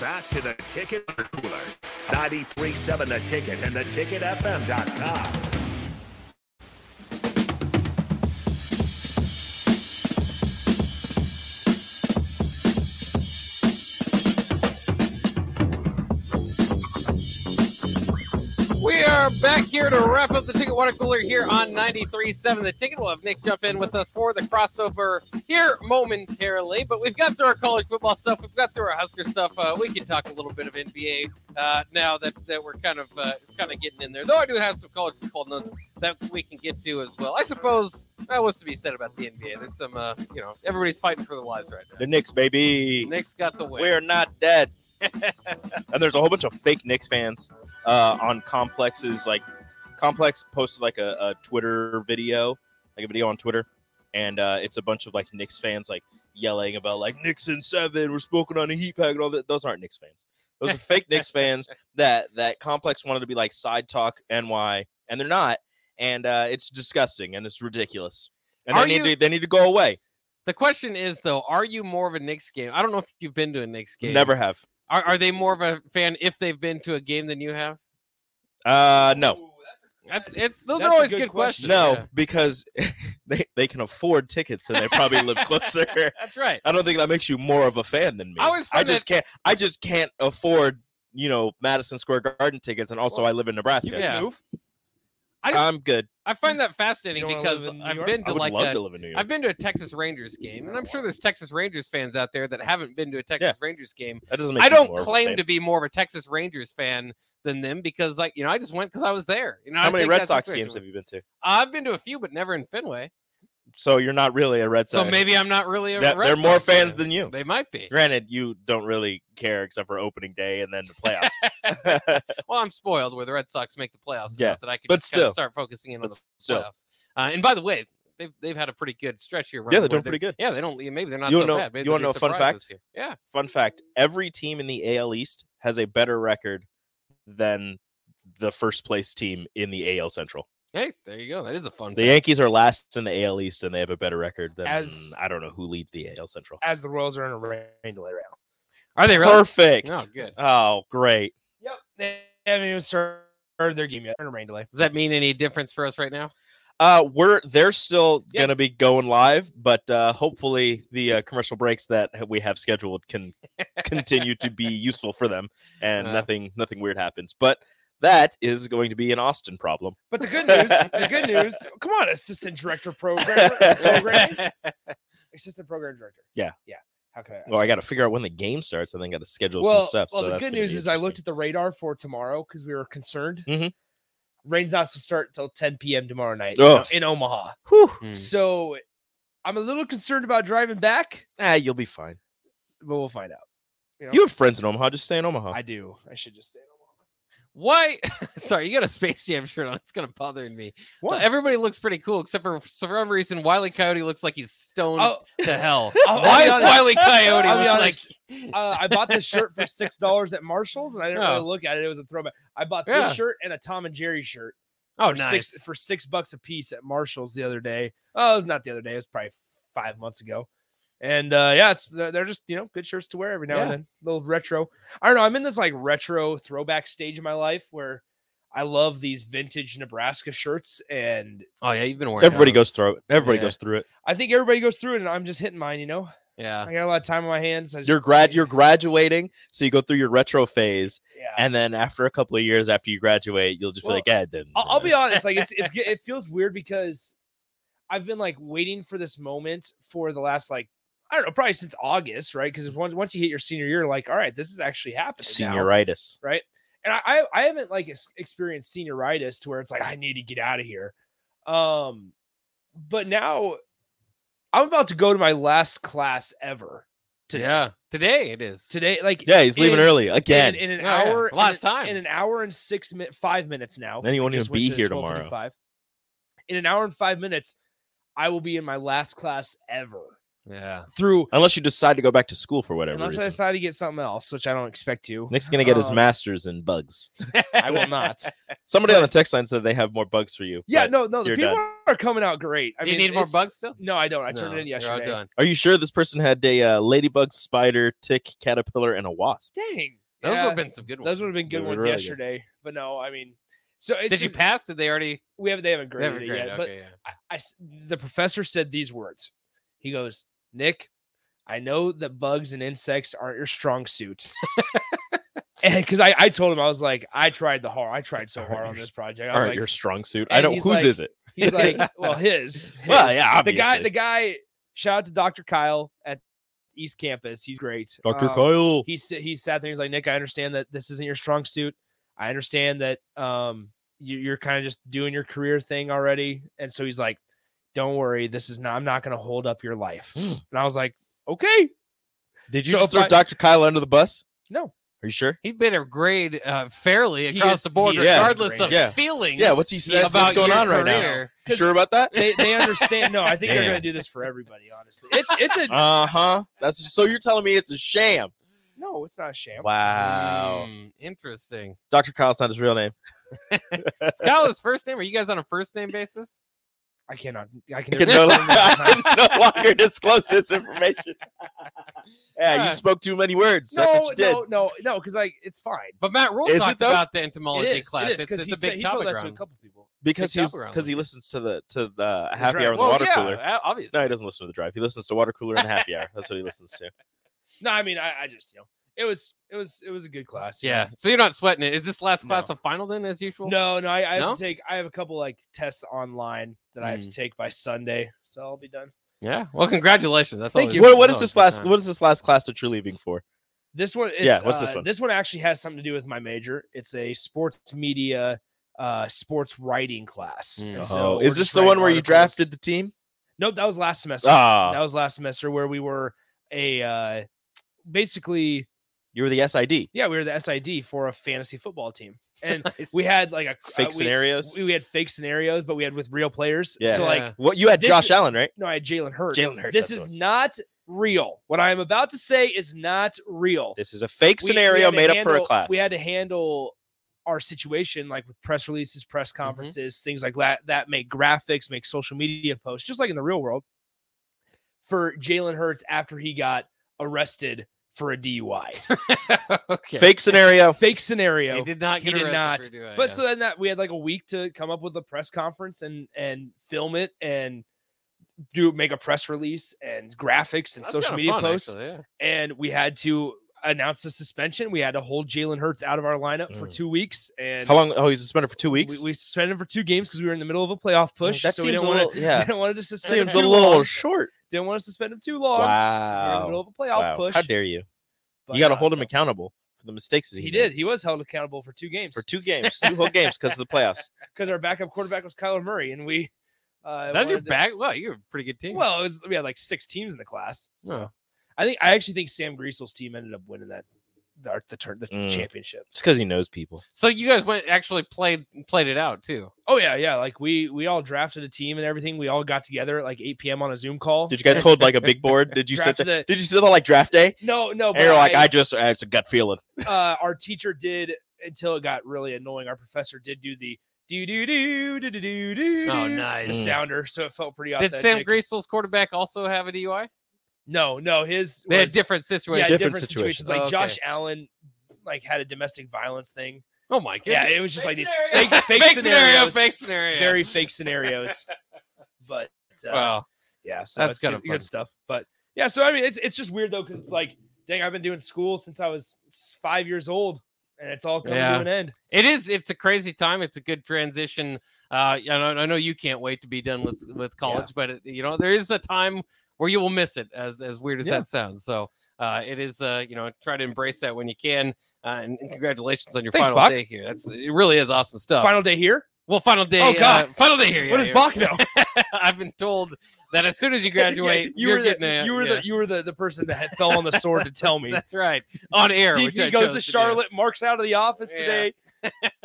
Back to the ticket cooler. 937 the ticket and the ticketfm.com. We are back here to wrap up the Ticket Water Cooler here on 93.7 The Ticket. We'll have Nick jump in with us for the crossover here momentarily. But we've got through our college football stuff. We've got through our Husker stuff. Uh, we can talk a little bit of NBA uh, now that, that we're kind of uh, kind of getting in there. Though I do have some college football notes that we can get to as well. I suppose that was to be said about the NBA. There's some, uh, you know, everybody's fighting for their lives right now. The Knicks, baby. Nick's got the win. We're not dead. and there's a whole bunch of fake Knicks fans uh, on Complex's like Complex posted like a, a Twitter video, like a video on Twitter, and uh, it's a bunch of like Knicks fans like yelling about like Knicks in seven, we're smoking on a heat pack and all that. Those aren't Knicks fans. Those are fake Knicks fans that that Complex wanted to be like side talk NY, and they're not. And uh, it's disgusting and it's ridiculous. And Are they need you- to they need to go away. The question is though, are you more of a Knicks game? I don't know if you've been to a Knicks game. Never have. Are, are they more of a fan if they've been to a game than you have? Uh, no. That's it. Those That's are a always good good, questions. question. No, Yeah. because they, they can afford tickets and they probably live closer. that's right. I don't think that makes you more of a fan than me. I always find just can't I just can't afford, you know, Madison Square Garden tickets and also I live in Nebraska. can Yeah. Move. I just- I'm good. I find that fascinating You don't wanna because live in New I've York? been I to would like love a, to live in New York. I've been to a Texas Rangers game, and I'm sure there's Texas Rangers fans out there that haven't been to a Texas Rangers game. that doesn't make I you don't more of a claim fan. to be more of a Texas Rangers fan than them because, like, you know, I just went because I was there. You know, I How many think Red that's the Sox situation. games have you been to? I've been to a few, but never in Fenway. So you're not really a Red So Sox. maybe I'm not really a Yeah, Red they're more Sox fans fan. than you. They might be. Granted, you don't really care except for opening day and then the playoffs. Well, I'm spoiled where the Red Sox make the playoffs Yeah, enough that I could but just kinda still. start focusing in on but the still, playoffs. Uh, and by the way, they've they've had a pretty good stretch here. yeah, where they're doing pretty good. Yeah, they don't. Maybe they're not You so wanna know- bad. Maybe you wanna they'll be know a fun surprised fact? this year. Yeah, fun fact every team in the AL East has a better record than the first place team in the AL Central. hey, there you go. That is a fun. The fact. Yankees are last in the AL East and they have a better record than As- I don't know who leads the AL Central. As the Royals are in a rain delay right now. Are they really? Perfect. Oh, good. Oh, great. Yep. They haven't even started their game yet. In a rain delay. Does that mean any difference for us right now? Uh we're they're still Yeah. going to be going live, but uh hopefully the uh, commercial breaks that we have scheduled can continue to be useful for them and Uh. nothing nothing weird happens. But that is going to be an Austin problem. But the good news, the good news. Come on, assistant director program. program assistant program director. Yeah. Yeah. How could I? Well, I got to figure out when the game starts and then got to schedule well, some stuff. well, so the that's good gonna news be is I looked interesting. at the radar for tomorrow because we were concerned. Mhm. Rain's not supposed to start until 10 p.m. tomorrow night Oh. in, in Omaha. Hmm. So I'm a little concerned about driving back, Ah, you'll be fine. but we'll find out. You know? You have friends in Omaha. Just stay in Omaha. I do. I should just stay in Omaha. Why? Sorry, you got a Space Jam shirt on. It's gonna bother me. Well, everybody looks pretty cool except for for some reason Wiley Coyote looks like he's stoned Oh, to hell. I'll- I'll Why be is honest- Wiley Coyote I'll be look honest. like? uh, I bought this shirt for six dollars at Marshalls, and I didn't Oh. really look at it. It was a throwback. I bought Yeah. this shirt and a Tom and Jerry shirt. Oh, for nice. six for six bucks a piece at Marshalls the other day. Oh, not the other day. It was probably five months ago. And uh, yeah, it's they're they're just you know good shirts to wear every now and Yeah. then. little retro. I don't know. I'm in this like retro throwback stage of my life where I love these vintage Nebraska shirts, and oh yeah, you've been wearing. everybody those. goes through it. Everybody Yeah. goes through it. I think everybody goes through it. And I'm just hitting mine. You know, Yeah. I got a lot of time on my hands. I just, You're grad. You're graduating, so you go through your retro phase, yeah. and then after a couple of years after you graduate, you'll just Well, be like, "Yeah, then." I'll, I'll be honest. Like it's, it's get- it feels weird because I've been like waiting for this moment for the last like I don't know probably since August, right? Because once once you hit your senior year, like all right, this is actually happening. now, senioritis. right? And I I, I haven't like ex- experienced senioritis to where it's like I need to get out of here. Um, but now I'm about to go to my last class ever Today. Yeah. Today it is. today. Like Yeah, he's leaving in- early in, again. in an Oh, yeah. hour, in Last an- time. in an hour and six minutes, five minutes now. then you won't even just went be to here tomorrow. 12:55. In an hour and five minutes, I will be in my last class ever. Yeah. through Unless you decide to go back to school for whatever unless I reason. decide to get something else, which I don't expect to. Nick's gonna get his Um, master's in bugs. I will not. Somebody on the text line said they have more bugs for you. Yeah, but no, no, the you're people are coming out great. I Do you mean, need more it's- bugs still? No, I don't. I turned No, it in you're all yesterday. done. Are you sure this person had a uh, ladybug, spider, tick, caterpillar, and a wasp? Dang, Those Yeah, would have been some good ones. those would have been They good were ones really good. yesterday. But no, I mean, so it's Did you just- pass? Did they already? we haven't they haven't They graded haven't it graded, yet. But Okay, yeah. I, I s- the professor said these words. He goes, Nick, I know that bugs and insects aren't your strong suit. and because I, I told him, I was like, I tried the hard, I tried so Aren't hard on your- this project. I All was right, like, your strong suit. I and don't. he's Whose like- is it? he's like, well, his. Well, his. yeah, The guy, the obviously. guy, shout out to Dr. Kyle at East Campus. He's great. Um, Kyle. he sa- he sat there. He's like, Nick, I understand that this isn't your strong suit. I understand that um you, you're kind of just doing your career thing already. And so he's like, Don't worry, this is not. I'm not going to hold up your life. Hmm. And I was like, Okay, Did you So just if throw I- Dr. Kyle under the bus? No. Are you sure? He better grade uh, fairly He across is- the board, he is regardless of underrated. Yeah. feelings. Yeah, what's he says- what's about going your on right now? career. You sure about that? they they understand. No, I think they're going Damn. to do this for everybody. Honestly, it's it's a Uh huh. That's so. You're telling me it's a sham? no, it's not a sham. Mm. Wow. Hmm, interesting. Dr. Kyle's not his real name. Is Kyle his first name? Are you guys on a first name basis? I cannot. I I can. can never- no, I can no longer disclose this information. Yeah, Uh, you spoke too many words. That's what you did. no, no, no, because like it's fine. But Matt Rule Is it, talked though? about the entomology It is, class. it is, it's 'cause it's he a said- big he told topic that to a round. couple people. because Picked he's up around because he like- listens to the to the happy hour right. and the Well, water yeah. cooler. Uh, obviously. No, he doesn't listen to the drive. He listens to water cooler and happy hour. That's what he listens to. No, I mean, I, I just you know, it was it was it was a good class. you know. Yeah. So you're not sweating it. Is this last class a final then, as usual? No, no, I, I have No? to take. I have a couple like tests online that I have Hmm. to take by Sunday, so I'll be done. Yeah. Well, congratulations. That's Thank always- you. What, what is no, this good last? time. What is this last class that you're leaving for? This one, it's, Yeah, what's this uh, one? This one actually has something to do with my major. It's a sports media, uh, sports writing class. Mm. and Oh, So, we're Hmm. is this just the writing one where you articles. drafted the team? Nope, that was last semester. Ah, That was last semester where we were a uh, basically, you were the SID. yeah, we were the SID for a fantasy football team, and Nice. we had like a Fake uh, we- scenarios. We, we had fake scenarios, but we had with real players. Yeah. So like Yeah. what you had this- Josh Allen, right? No, I had Jalen Hurts. Jalen Hurts, This that's is the not real. What I am about to say is not real. This is a fake We- we scenario had to made up for a handle- class. We had to handle our situation like with press releases, press Mm-hmm. conferences, things like that. That make graphics, make social media posts, just like in the real world. For Jalen Hurts after he got arrested for a DUI, okay. fake scenario. fake scenario. He did not. He Get did arrested not. for doing it, But yeah. so then that we had like a week to come up with a press conference and and film it and do make a press release and graphics and That's kinda social media fun, posts actually, yeah. and we had to announce the suspension. We had to hold Jalen Hurts out of our lineup for Mm. two weeks, and How long? Oh, he's suspended for two weeks. We, we suspended him for two games because we were in the middle of a playoff push. Mm, that so we seems a didn't little. want to. yeah, Didn't want to just suspend him seems a too little long. short. Didn't want to suspend him too long. 'cause We were in the Wow. middle of a playoff wow. push. How dare you? but, You got to uh, hold him so- accountable for the mistakes that he, He did. He was held accountable for two games for two games, two whole games because of the playoffs. because our backup quarterback was Kyler Murray, and we. Uh, That's your wanted to- back. Well, you're a pretty good team. Well, it was, we had like six teams in the class. Yeah. So I think I actually think Sam Greasel's team ended up winning that the the, turn the Mm. championship. It's because he knows people. so you guys went actually played played it out too. Oh yeah, yeah. Like we we all drafted a team and everything. We all got together at like 8 p.m. on a Zoom call. Did you guys hold like a big board? Did you sit Draft there? the- Did you sit there like draft day? no, no. And you're like, I just, uh, it's a gut feeling. uh, our teacher did until it got really annoying. Our professor did do the do do do do do do do. Oh, do nice. sounder. So it felt pretty. Did Sam authentic. Greasel's quarterback also have a DUI? No, no. His They had was- different yeah, situations. different situations. situations. Like Oh, okay. Josh Allen, like had a domestic violence thing. Oh my god. Yeah, it was just like these fake, fake, fake, scenario, scenarios, fake scenario. very fake scenarios. But uh, well. yeah, so That's that's kind kinda of fun. good stuff. But yeah, so I mean, it's it's just weird though because it's like, dang, I've been doing school since I was s- five years old, and it's all coming Yeah. to an end. It is. It's a crazy time. It's a good transition. Uh, I know, I know you can't wait to be done with with college, but it, you know there is a time where you will miss it. As as weird as Yeah. that sounds, so uh, it is. Uh, you know, try to embrace that when you can. Uh, and, and congratulations on your Thanks, final Bach. day here. That's it. Really is awesome stuff. Final day here. well, final day. Oh, God. uh, final day here. what yeah, does yeah. Bach know? I've been told that as soon as you Yeah, graduate, you you are were getting the, a, you were yeah. the you were the, the person that had fell on the sword to tell me. That's right. On air, He, which I chose goes to do. Charlotte. Mark's out of the office Yeah. today.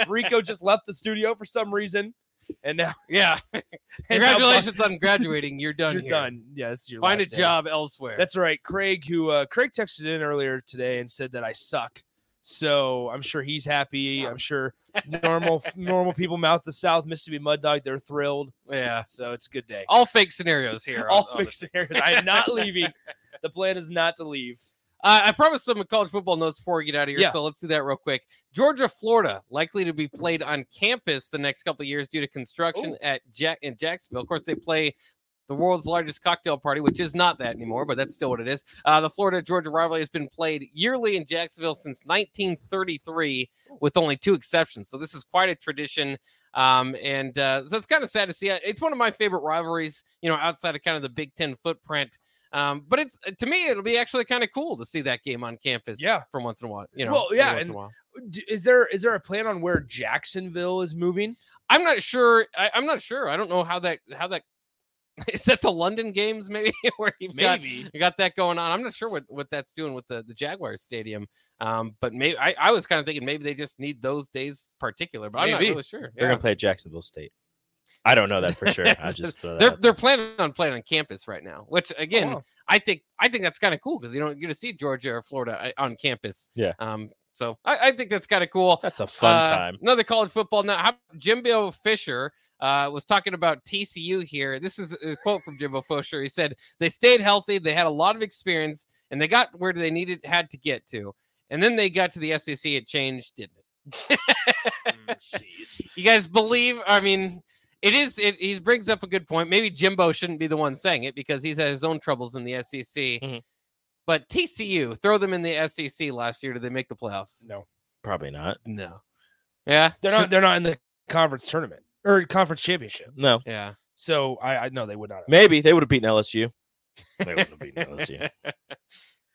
Rico just left the studio for some reason. And now Yeah. And now- Congratulations on graduating. You're done. you're here. done. Yes, you're Find a job elsewhere. That's right. Craig, who uh, Craig texted in earlier today and said that I suck. So I'm sure he's happy. I'm sure normal normal people, mouth the South, Mississippi Mud Dog, they're thrilled. yeah. So it's a good day. All fake scenarios here. All on- on fixed scenarios. I am not leaving. The plan is not to leave. Uh, I promised some college football notes before we get out of here, Yeah. so let's do that real quick. Georgia, Florida, likely to be played on campus the next couple of years due to construction Oh. at Jack in Jacksonville. Of course, they play the world's largest cocktail party, which is not that anymore, but that's still what it is. Uh, the Florida Georgia rivalry has been played yearly in Jacksonville since 1933, with only two exceptions. So this is quite a tradition. Um, and uh, so it's kind of sad to see. It's one of my favorite rivalries, you know, outside of kind of the Big Ten footprint. Um, but it's to me, it'll be actually kind of cool to see that game on campus. Yeah. for once in a while, you know. Well, every yeah, once in and- a while. D- Is there is there a plan on where Jacksonville is moving? I'm not sure. I, I'm not sure. I don't know how that how that is that the London games maybe where you've got you got that going on. I'm not sure what, what that's doing with the, the Jaguars stadium. Um, but maybe I, I was kind of thinking maybe they just need those days particular, but I'm not Maybe. really sure. They're Yeah. gonna play at Jacksonville State. I don't know that for sure. I just throw that Oh, They're, out they're planning on playing on campus right now, which again, wow. I think I think that's kind of cool because you don't get to see Georgia or Florida uh, on campus. Yeah. Um, so I, I think that's kind of cool. That's a fun Uh, time. Another college football. Now, how, Jimbo Fisher uh, was talking about TCU here. This is a quote from Jimbo Fisher. He said, They stayed healthy, they had a lot of experience, and they got where they needed, had to get to. And then they got to the SEC. It changed, didn't it? You guys believe? I mean, it is. It, he brings up a good point. Maybe Jimbo shouldn't be the one saying it because he's had his own troubles in the SEC. Mhm. But TCU, throw them in the SEC last year. Did they make the playoffs? No. Probably not. No. Yeah. They're not they're not in the conference tournament or conference championship. No. Yeah. So I, I no they would not. have. Maybe they would have beaten LSU. They would have beaten LSU.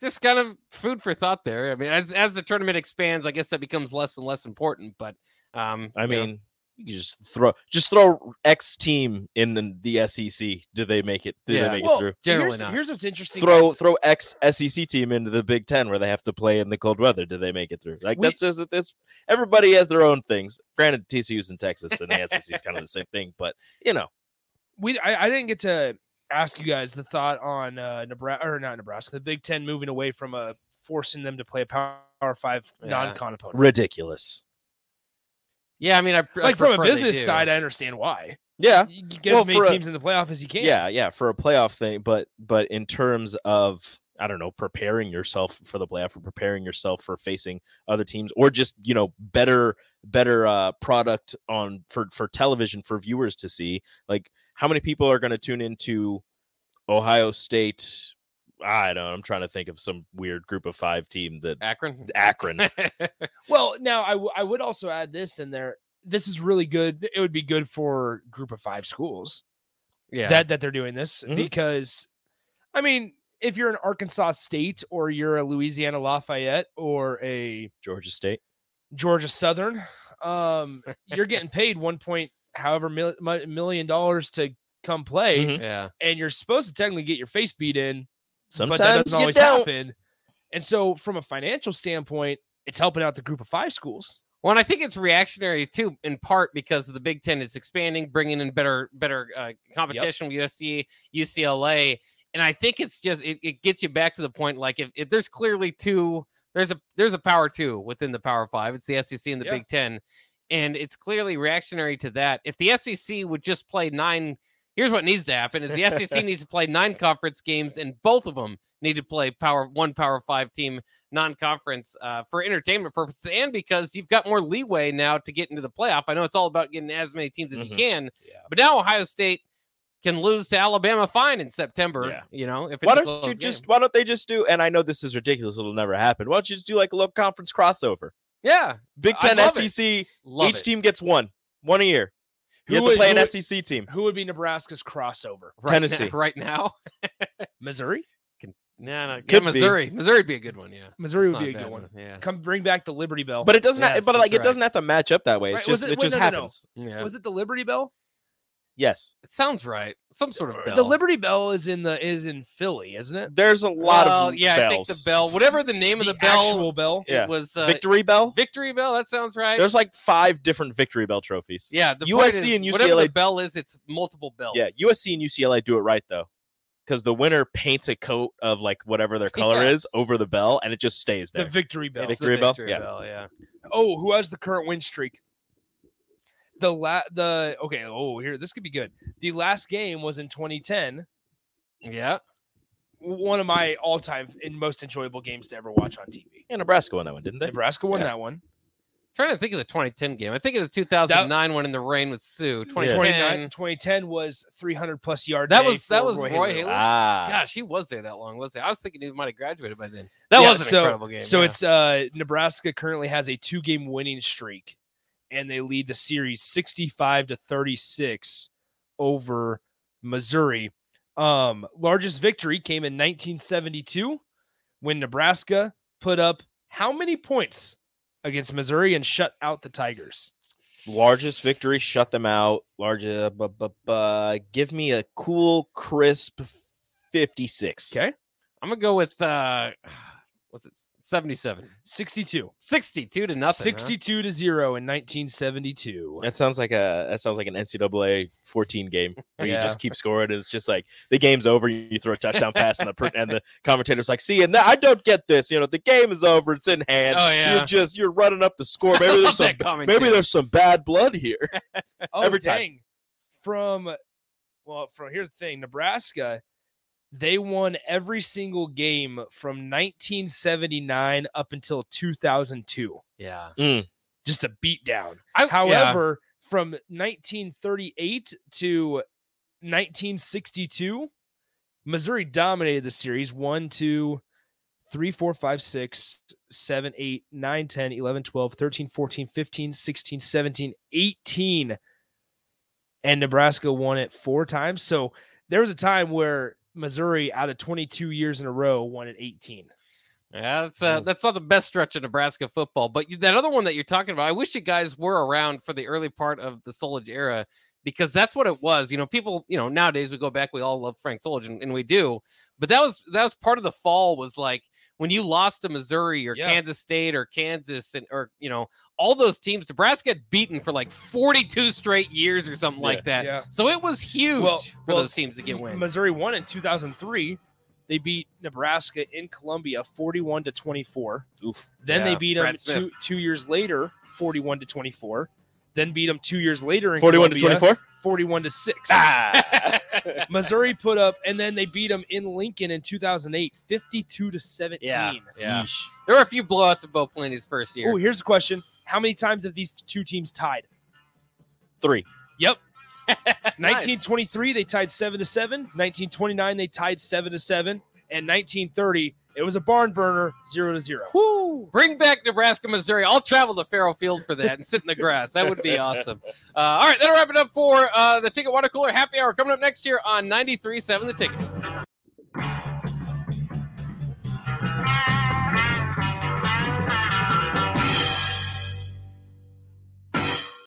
just kind of food for thought there. I mean, as as the tournament expands, I guess that becomes less and less important. But um, I you know, mean, you could just throw just throw X team in the, the SEC. Do they make it? Do Yeah. they make it Well, through? Generally here's, not. here's what's interesting. Throw guys. throw X SEC team into the Big Ten where they have to play in the cold weather. Do they make it through? Like We- that's just that's everybody has their own things. Granted, TCU's in Texas and the SEC is kind of the same thing, but you know, we I, I didn't get to ask you guys the thought on uh Nebraska or not Nebraska, the Big Ten moving away from uh forcing them to play a power five Yeah. non-con opponent. ridiculous. yeah, I mean, I pr- I Like from a prefer they business do. side, I understand why. Yeah, You you get Well, as many for a- teams in the playoff as you can. yeah yeah for a playoff thing but but in terms of i don't know preparing yourself for the playoff or preparing yourself for facing other teams or just you know better better uh product on for for television for viewers to see like how many people are going to tune into ohio state i don't know i'm trying to think of some weird group of five team that Akron. akron Well, now I, w- I would also add this in there. This is really good. It would be good for group of five schools yeah, Mm-hmm. that that they're doing this Mhm. because, I mean, if you're an Arkansas State or you're a Louisiana Lafayette or a georgia state Georgia Southern. Um, you're getting paid one point, however mil- mi- million dollars to come play, Mhm. yeah, and you're supposed to technically get your face beat in, sometimes but that doesn't you always don't happen. And so, from a financial standpoint, it's helping out the group of five schools. Well, and I think it's reactionary too, in part because the Big Ten is expanding, bringing in better, better uh, competition with USC, UCLA, and I think it's just it, it gets you back to the point. Like if, if there's clearly two, there's a there's a power two within the Power Five. It's the SEC and the Yeah. Big Ten, and it's clearly reactionary to that. If the SEC would just play nine, here's what needs to happen: is the SEC needs to play nine conference games, and both of them need to play power one Power Five team non-conference uh, for entertainment purposes and because you've got more leeway now to get into the playoff. I know it's all about getting as many teams as you Mhm. can, Yeah. but now Ohio State can lose to Alabama fine in September. Yeah. You know, if it's why a don't close you game. just why don't they just do and i know this is ridiculous it'll never happen why don't you just do like a little conference crossover yeah, big I ten love it. sec love each it. team gets one one a year you have to would- play an would- sec Oh, team who would be Nebraska's crossover? right now- Tennessee. right now. Missouri. No, no, yeah, Could be. Missouri. Missouri'd be a good one. Yeah, Missouri It's would be a not good bad, one. Yeah, Come bring back the Liberty Bell. but it doesn't ha- Yes, but that's like it right. doesn't have to match up that way it's Right, was just it- it well, just no, no, no. happens yeah. was it the Liberty Bell? Yes, It sounds right. Some sort of bell. The Liberty Bell is in the is in Philly, isn't it? there's a lot Uh, Well, of yeah. I think bells. the bell, whatever the name of the, bell actual bell. Yeah. it was, uh, victory bell. victory bell. That sounds right. There's like five different victory bell trophies. yeah, the point USC is, and Whatever UCLA the bell is, it's multiple bells. Yeah, USC and UCLA do it right though, because the winner paints a coat of like whatever their color Yeah. is over the bell, and it just stays The there. victory bell. It's the Victory bell? Yeah. yeah. Oh, who has the current win streak? The la the okay, oh here, this could be good. The last game was in 2010. Yeah. One of my all-time and most enjoyable games to ever watch on TV. yeah, Nebraska won that one, didn't they? Nebraska won Yeah. that one. trying to think of the 2010 game. I think of the 2009 one in the rain with Sue. 2010. 29 2010 was 300 plus yard. That day was- that for was Roy Haley. Ah, Gosh, he was there that long, was he? I was thinking he might have graduated by then. That Yeah, was an so- incredible game. So yeah. it's uh Nebraska currently has a two-game winning streak, and they lead the series 65 to 36 over Missouri. Um, largest victory came in 1972 when Nebraska put up how many points against Missouri and shut out the Tigers? largest victory shut them out. Largest, bu- bu- bu- give me a cool, crisp fifty-six. Okay. I'm gonna go with uh was it 77? 62. 62 to nothing. huh? 62 to 0 in 1972. That sounds like a that sounds like an NCAA fourteen game where Yeah. you just keep scoring and it's just like the game's over. You throw a touchdown pass and the per- and the commentator's like, "See, and that, I don't get this. You know, the game is over. It's in hand. Oh, yeah. You're just you're running up the score. Maybe Love there's some that comment, maybe too. there's some bad blood here. oh, Every time. dang. From well, from here's the thing, Nebraska, they won every single game from 1979 up until 2002. yeah. Just a beatdown. I, yeah. However, from 1938 to 1962, Missouri dominated the series one, two, three, four, five, six, seven, eight, nine, 10, 11, 12, 13, 14, 15, 16, 17, 18. And Nebraska won it four times. So there was a time where Missouri, out of 22 years in a row, won it 18. Yeah, that's uh, Mm. that's not the best stretch of Nebraska football. But you- that other one that you're talking about, I wish you guys were around for the early part of the Solage era because that's what it was. You know, people, you know, nowadays we go back, we all love Frank Solage, and, and we do. But that was that was part of the fall was like when you lost to Missouri or Yeah. Kansas State or Kansas and or you know all those teams Nebraska had beaten for like 42 straight years or something like that. Yeah. So it was huge Well- for well, those teams to get wins. Missouri won in 2003. They beat Nebraska in Columbia 41 to 24. Oof. Then they Yeah, beat them Brad Smith. two, two years later 41 to 24. Then beat them two years later in Forty-one to Columbia, twenty-four. 41 to 6. Ah. Missouri put up, and then they beat them in Lincoln in 2008 52 to 17. yeah. Yeesh. There were a few blowouts in Bo Pelini's first year. Oh, here's a question How many times have these two teams tied? Three. Yep. Nice. 1923 they tied 7 to 7 1929 they tied 7 to 7 and 1930 it was a barn burner 0 to 0 Woo. Bring back Nebraska, Missouri. I'll travel to Farrell Field for that and sit in the grass. That would be awesome. Uh, all right, that'll wrap it up for uh, the Ticket Water Cooler Happy Hour coming up next year on 93.7 The Ticket.